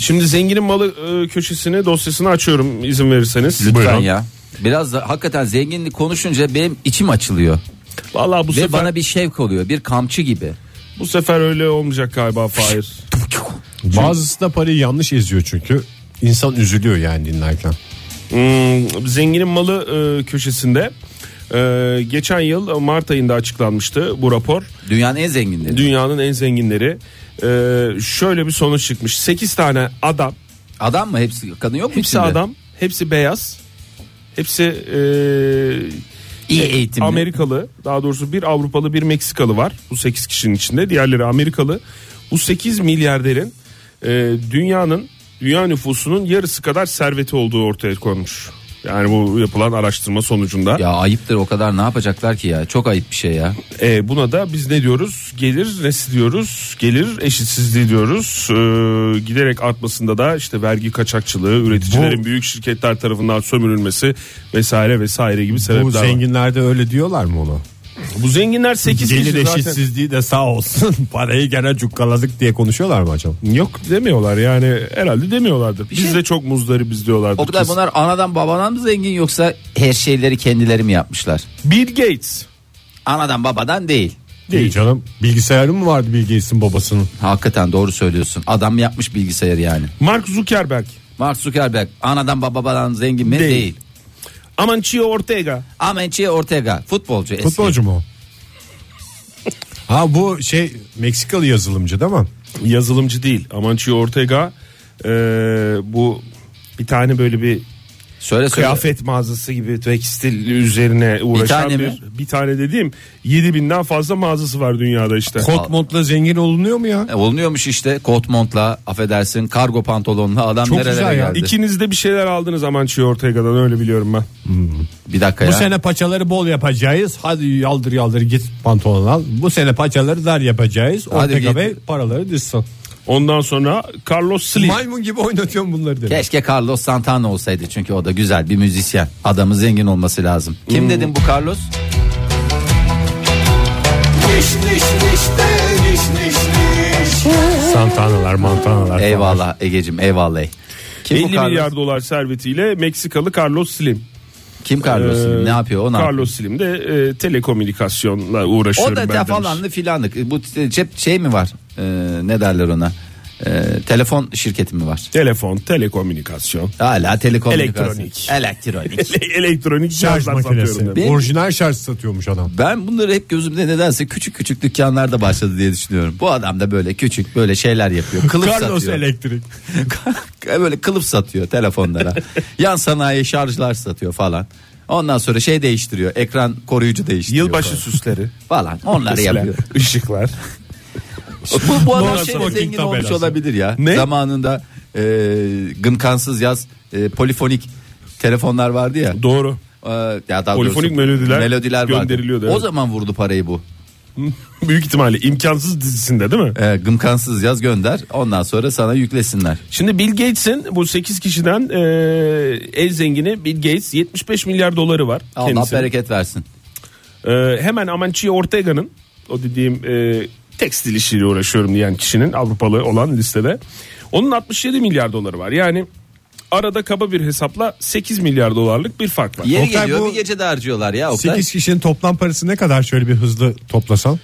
Speaker 4: Şimdi zenginin malı e, köşesini dosyasını açıyorum izin verirseniz.
Speaker 2: Lütfen
Speaker 4: Buyurun.
Speaker 2: ya. Biraz da hakikaten zenginlik konuşunca benim içim açılıyor.
Speaker 4: Vallahi bu
Speaker 2: Ve
Speaker 4: sefer
Speaker 2: bana bir şevk oluyor. Bir kamçı gibi.
Speaker 4: bu sefer öyle olmayacak galiba Fahir.
Speaker 3: Bazısı da parayı yanlış eziyor çünkü. İnsan üzülüyor yani dinlerken.
Speaker 4: Hmm, zenginin malı e, köşesinde e, geçen yıl Mart ayında açıklanmıştı bu rapor.
Speaker 2: Dünyanın en zenginleri.
Speaker 4: Dünyanın en zenginleri e, şöyle bir sonuç çıkmış. 8 tane adam,
Speaker 2: adam mı hepsi? Kadın yok mu
Speaker 4: hepsi
Speaker 2: içinde?
Speaker 4: adam, hepsi beyaz. Hepsi e,
Speaker 2: İyi
Speaker 3: Şey,
Speaker 2: eğitimli.
Speaker 4: Amerikalı, daha doğrusu bir Avrupalı, bir Meksikalı var bu 8 kişinin içinde. Diğerleri Amerikalı. Bu 8 milyarderin e, dünyanın dünya nüfusunun yarısı kadar serveti olduğu ortaya konmuş. Yani bu yapılan araştırma sonucunda.
Speaker 2: Ya ayıptır o kadar ne yapacaklar ki ya? Çok ayıp bir şey ya.
Speaker 4: E, buna da biz ne diyoruz? Gelir nesi diyoruz? Gelir eşitsizliği diyoruz. E, giderek artmasında da işte vergi kaçakçılığı, üreticilerin
Speaker 3: Bu-
Speaker 4: büyük şirketler tarafından sömürülmesi vesaire vesaire gibi sebepler
Speaker 3: Bu
Speaker 4: var.
Speaker 3: zenginlerde öyle diyorlar mı ona?
Speaker 4: Bu zenginler 8
Speaker 3: Gelir
Speaker 4: kişi zaten.
Speaker 3: eşitsizliği de sağ olsun. Parayı gene cukkaladık diye konuşuyorlar mı acaba?
Speaker 4: Yok demiyorlar yani herhalde demiyorlardır. Biz
Speaker 2: şey-
Speaker 4: de çok muzdaribiz diyorlardır.
Speaker 2: O kadar
Speaker 4: kesin.
Speaker 2: bunlar anadan babadan mı zengin yoksa her şeyleri kendileri mi yapmışlar?
Speaker 4: Bill Gates.
Speaker 2: Anadan babadan değil.
Speaker 3: Değil canım. Bilgisayarı mı vardı Bill Gates'in babasının?
Speaker 2: Hakikaten doğru söylüyorsun. Adam yapmış bilgisayarı yani.
Speaker 4: Mark Zuckerberg.
Speaker 2: Mark Zuckerberg anadan babadan zengin mi?
Speaker 4: Değil.
Speaker 2: Değil.
Speaker 4: Amancio Ortega.
Speaker 2: Amenche Ortega futbolcu eski.
Speaker 3: Futbolcu mu? o? ha bu şey Meksikalı yazılımcı değil mi?
Speaker 4: Yazılımcı değil. Amancio Ortega e, bu bir tane böyle bir
Speaker 2: Söyle söyle.
Speaker 4: kıyafet mağazası gibi tekstil üzerine uğraşan
Speaker 2: tane
Speaker 4: bir bir,
Speaker 2: mi?
Speaker 4: tane dediğim 7000'den fazla mağazası var dünyada işte.
Speaker 3: Kot montla zengin olunuyor mu ya?
Speaker 2: E, Olunuyormuş işte kot montla affedersin kargo pantolonla adam
Speaker 3: Çok
Speaker 2: nerelere
Speaker 3: güzel ya.
Speaker 2: geldi.
Speaker 4: İkiniz de bir şeyler aldınız Amancio Ortega'dan öyle biliyorum ben.
Speaker 2: Bir dakika ya.
Speaker 3: Bu sene paçaları bol yapacağız. Hadi yaldır yaldır git pantolon al. Bu sene paçaları dar yapacağız. Ortega
Speaker 2: git.
Speaker 3: Bey paraları dizsin.
Speaker 4: Ondan sonra Carlos Slim.
Speaker 3: Maymun gibi oynatıyorum bunları dedi.
Speaker 2: Keşke Carlos Santana olsaydı çünkü o da güzel bir müzisyen. Adamın zengin olması lazım. Kim
Speaker 3: Hmm.
Speaker 2: dedim bu Carlos?
Speaker 5: Niş niş niş de niş niş niş
Speaker 3: Santanalar mantanalar.
Speaker 2: Eyvallah Egecim eyvallah. Kim
Speaker 4: 50
Speaker 2: bu Carlos?
Speaker 4: milyar dolar servetiyle Meksikalı Carlos Slim.
Speaker 2: Kim Carlos?
Speaker 4: Ee,
Speaker 2: ne yapıyor? O ne yapıyor?
Speaker 4: Carlos Slim de e, telekomünikasyonla
Speaker 2: O
Speaker 4: uğraşıyorum
Speaker 2: da
Speaker 4: ben
Speaker 2: te
Speaker 4: demiş.
Speaker 2: falanlı filanlık. Bu te- cep şey mi var? Ee, ne derler ona? Ee, telefon şirketi mi var?
Speaker 4: Telefon, telekomünikasyon,
Speaker 2: Hala telekomünikasyon.
Speaker 4: Elektronik.
Speaker 2: Elektronik.
Speaker 4: elektronik
Speaker 3: Şarj
Speaker 4: cihazlar satıyorum.
Speaker 3: makinesi.
Speaker 4: demiş.
Speaker 2: demiş.
Speaker 3: Orijinal şarj satıyormuş adam.
Speaker 2: ben bunları hep gözümde nedense küçük küçük dükkanlarda başladı diye düşünüyorum. Bu adam da böyle küçük böyle şeyler yapıyor. Kılıf
Speaker 3: Carlos
Speaker 2: satıyor.
Speaker 3: Elektrik.
Speaker 2: böyle kılıf satıyor telefonlara. Yan sanayi şarjlar satıyor falan. Ondan sonra şey değiştiriyor. Ekran koruyucu değiştiriyor.
Speaker 4: Yılbaşı
Speaker 2: falan.
Speaker 4: süsleri,
Speaker 2: falan. Onları yapıyor.
Speaker 4: ışıklar.
Speaker 2: bu, bu adam
Speaker 3: Nora
Speaker 2: şeyle
Speaker 3: Smoking
Speaker 2: zengin olmuş
Speaker 3: tabelası.
Speaker 2: olabilir ya.
Speaker 4: Ne?
Speaker 2: Zamanında e, gınkansız yaz e, polifonik telefonlar vardı ya.
Speaker 4: Doğru.
Speaker 2: E, ya daha
Speaker 4: Polifonik
Speaker 2: doğrusu
Speaker 4: melodiler
Speaker 2: vardı.
Speaker 4: gönderiliyordu,
Speaker 2: O
Speaker 4: evet.
Speaker 2: zaman vurdu parayı bu.
Speaker 4: Büyük ihtimalle imkansız dizisinde değil mi?
Speaker 2: E, gımkansız yaz gönder. Ondan sonra sana yüklesinler.
Speaker 4: Şimdi Bill Gates'in bu 8 kişiden e, en zengini Bill Gates 75 milyar doları var.
Speaker 2: Allah
Speaker 4: kendisinin.
Speaker 2: bereket versin.
Speaker 4: E, hemen Amancio Ortega'nın o dediğim e, tekstil işiyle uğraşıyorum diyen kişinin Avrupalı olan listede. Onun 67 milyar doları var. Yani arada kaba bir hesapla 8 milyar dolarlık bir fark var.
Speaker 2: Yeri
Speaker 3: Oktay
Speaker 2: geliyor
Speaker 3: bu-
Speaker 2: bir gece de harcıyorlar ya. Oktay.
Speaker 3: 8 kişinin toplam parası ne kadar şöyle bir hızlı toplasan?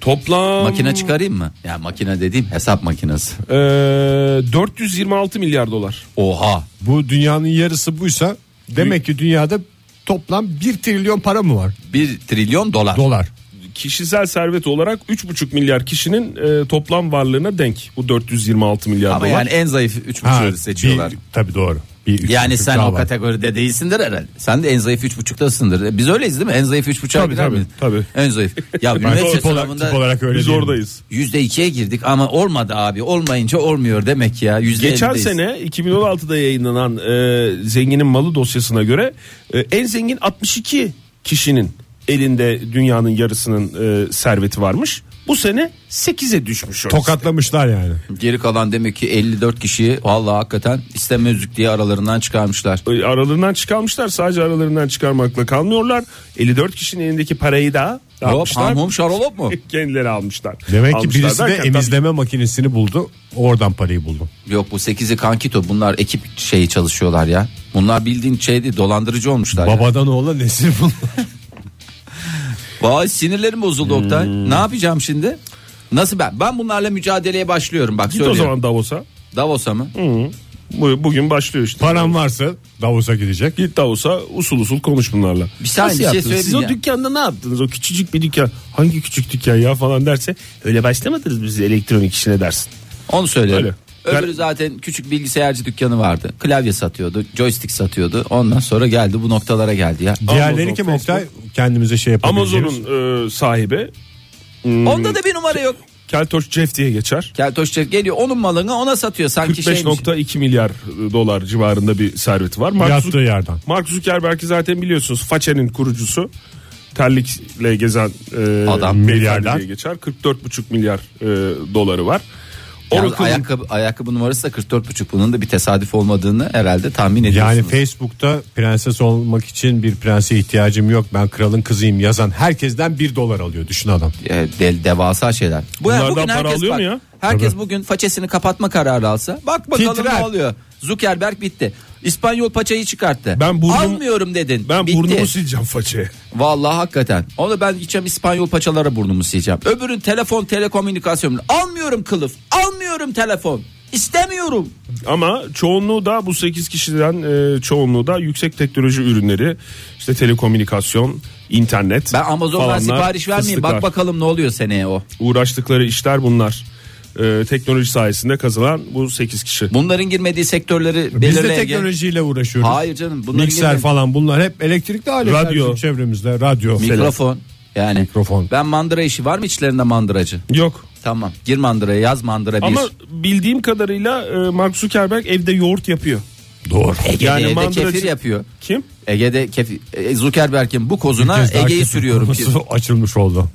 Speaker 4: Toplam
Speaker 2: Makine çıkarayım mı? Ya makine dediğim hesap makinesi.
Speaker 4: e, 426 milyar dolar.
Speaker 2: Oha.
Speaker 3: Bu dünyanın yarısı buysa demek ki dünyada toplam 1 trilyon para mı var?
Speaker 2: 1 trilyon dolar.
Speaker 3: Dolar.
Speaker 4: Kişisel servet olarak 3,5 milyar kişinin e, toplam varlığına denk bu 426 milyar
Speaker 2: Ama
Speaker 4: dolar.
Speaker 2: yani en zayıf 3 seçiyorlar.
Speaker 3: bir- tabii doğru. Bir üç
Speaker 2: Yani
Speaker 3: buçuk
Speaker 2: sen
Speaker 3: daha
Speaker 2: o
Speaker 3: var.
Speaker 2: kategoride değilsindir herhalde. Sen de en zayıf üç buçuktasındır. E, Biz öyleyiz değil mi? En zayıf üç buçuğa
Speaker 4: Tabii,
Speaker 2: girer
Speaker 4: tabii,
Speaker 2: miyiz?
Speaker 4: tabii.
Speaker 2: En zayıf. Ya
Speaker 3: Tip
Speaker 2: üniversite
Speaker 3: olarak, tip
Speaker 2: sınavında
Speaker 3: olarak öyle
Speaker 4: Biz
Speaker 3: değil.
Speaker 4: oradayız.
Speaker 2: yüzde ikiye girdik ama olmadı abi. Olmayınca olmuyor demek ya. Yüzde
Speaker 4: Geçen
Speaker 2: ellideyiz.
Speaker 4: sene 2016'da yayınlanan e, zenginin malı dosyasına göre e, en zengin 62 kişinin elinde dünyanın yarısının e, serveti varmış. Bu sene 8'e düşmüş. o liste.
Speaker 3: Tokatlamışlar yani.
Speaker 2: Geri kalan demek ki 54 kişiyi vallahi hakikaten istemezlik diye aralarından çıkarmışlar.
Speaker 4: E, aralarından çıkarmışlar sadece aralarından çıkarmakla kalmıyorlar. 54 kişinin elindeki parayı da ne
Speaker 2: Hop
Speaker 4: yapmışlar?
Speaker 2: hamum şarolop mu?
Speaker 4: Kendileri almışlar.
Speaker 3: Demek ki
Speaker 4: Almışlar
Speaker 3: birisi de
Speaker 4: derken tabii-
Speaker 3: emizleme makinesini buldu. Oradan parayı buldu.
Speaker 2: Yok bu 8'i kankito bunlar ekip şeyi çalışıyorlar ya. Bunlar bildiğin şeydi dolandırıcı olmuşlar. ya.
Speaker 3: Babadan oğla nesil bunlar.
Speaker 2: Vay sinirlerim bozuldu Oktay.
Speaker 4: Hmm.
Speaker 2: Ne yapacağım şimdi? Nasıl ben? Ben bunlarla mücadeleye başlıyorum bak
Speaker 4: Git o
Speaker 2: söylüyorum.
Speaker 4: zaman Davos'a.
Speaker 2: Davos'a mı?
Speaker 4: Bu- Bugün başlıyor işte.
Speaker 3: Param varsa Davos'a gidecek.
Speaker 4: Git Davos'a usul usul konuş bunlarla.
Speaker 2: Bir saniye, bir şey
Speaker 4: yaptınız?
Speaker 2: söyleyeyim
Speaker 4: Siz o
Speaker 2: ya.
Speaker 4: dükkanda ne yaptınız? O küçücük bir dükkan. Hangi küçük dükkan ya falan derse öyle başlamadınız biz elektronik işine dersin.
Speaker 2: Onu söylerim.
Speaker 4: Öyle.
Speaker 2: Öbürü
Speaker 4: Ben-
Speaker 2: zaten küçük bilgisayarcı dükkanı vardı. Klavye satıyordu, joystick satıyordu. Ondan sonra geldi bu noktalara geldi ya.
Speaker 3: Diğerleri
Speaker 4: Amazon,
Speaker 3: kim Oktay? Kendimize şey yapabileceğiz.
Speaker 4: Amazon'un e, sahibi
Speaker 2: Onda da bir numara yok.
Speaker 4: Keltoş Jeff diye geçer.
Speaker 2: Keltoş Çelik geliyor onun malını ona satıyor sanki şey.
Speaker 4: 45.2 milyar e, dolar civarında bir serveti var. Mark
Speaker 3: Yattığı
Speaker 4: Zuck-
Speaker 3: yerden.
Speaker 4: Mark Zuckerberg'i zaten biliyorsunuz. Façe'nin kurucusu. Terlikle gezen e,
Speaker 2: Adam.
Speaker 4: milyarlar
Speaker 3: Milyarder.
Speaker 4: diye geçer. 44.5 milyar e, doları var.
Speaker 2: Yalnız
Speaker 4: Oracle'ın-
Speaker 2: ayakkabı, ayakkabı numarası da 44.5 bunun da bir tesadüf olmadığını herhalde tahmin ediyorsunuz.
Speaker 3: Yani Facebook'ta prenses olmak için bir prense ihtiyacım yok. Ben kralın kızıyım yazan herkesten bir dolar alıyor düşün adam.
Speaker 2: e, de- devasa şeyler. Bu
Speaker 4: Bunlardan
Speaker 2: bugün
Speaker 4: para
Speaker 2: herkes
Speaker 4: alıyor
Speaker 2: bak-
Speaker 4: mu ya?
Speaker 2: Herkes
Speaker 3: Tabii.
Speaker 2: bugün façesini kapatma kararı alsa bak bakalım
Speaker 3: Titrer.
Speaker 2: ne oluyor. Zuckerberg bitti. İspanyol paçayı çıkarttı.
Speaker 4: Ben burnum-
Speaker 2: Almıyorum dedin.
Speaker 4: Ben
Speaker 2: bitti.
Speaker 4: burnumu sileceğim façeye.
Speaker 2: Vallahi hakikaten. Onu ben gideceğim İspanyol paçalara burnumu sileceğim. Öbürün telefon telekomünikasyon. Almıyorum kılıf. Almıyorum telefon. İstemiyorum.
Speaker 4: Ama çoğunluğu da bu 8 kişiden e, çoğunluğu da yüksek teknoloji ürünleri işte telekomünikasyon, internet.
Speaker 2: Ben Amazon'dan
Speaker 4: falanlar,
Speaker 2: sipariş vermeyeyim. Bak
Speaker 4: fıstıklar.
Speaker 2: bakalım ne oluyor seneye o.
Speaker 4: Uğraştıkları işler bunlar. E, teknoloji sayesinde kazanan bu 8 kişi.
Speaker 2: Bunların girmediği sektörleri
Speaker 3: Biz de
Speaker 2: belirleyen.
Speaker 3: teknolojiyle uğraşıyoruz.
Speaker 2: Hayır canım. Bunların
Speaker 3: Mikser
Speaker 2: girmediği-
Speaker 3: falan bunlar hep elektrikli aletler
Speaker 4: Radyo.
Speaker 3: bizim çevremizde. Radyo.
Speaker 2: Mikrofon. Yani
Speaker 3: Mikrofon.
Speaker 2: Ben mandıra işi var mı içlerinde mandıracı?
Speaker 4: Yok.
Speaker 2: Tamam. Gir mandıraya yaz mandıra bir.
Speaker 4: Ama bildiğim kadarıyla e, Mark Zuckerberg evde yoğurt yapıyor.
Speaker 3: Doğru.
Speaker 2: Ege'de
Speaker 4: yani
Speaker 2: evde
Speaker 4: mandıracı-
Speaker 2: kefir yapıyor.
Speaker 4: Kim?
Speaker 2: Ege'de kefir. E, Zuckerberg'in bu
Speaker 3: Bir
Speaker 2: kozuna
Speaker 3: kez daha
Speaker 2: Ege'yi
Speaker 3: kesin
Speaker 2: sürüyorum.
Speaker 3: konusu açılmış oldu.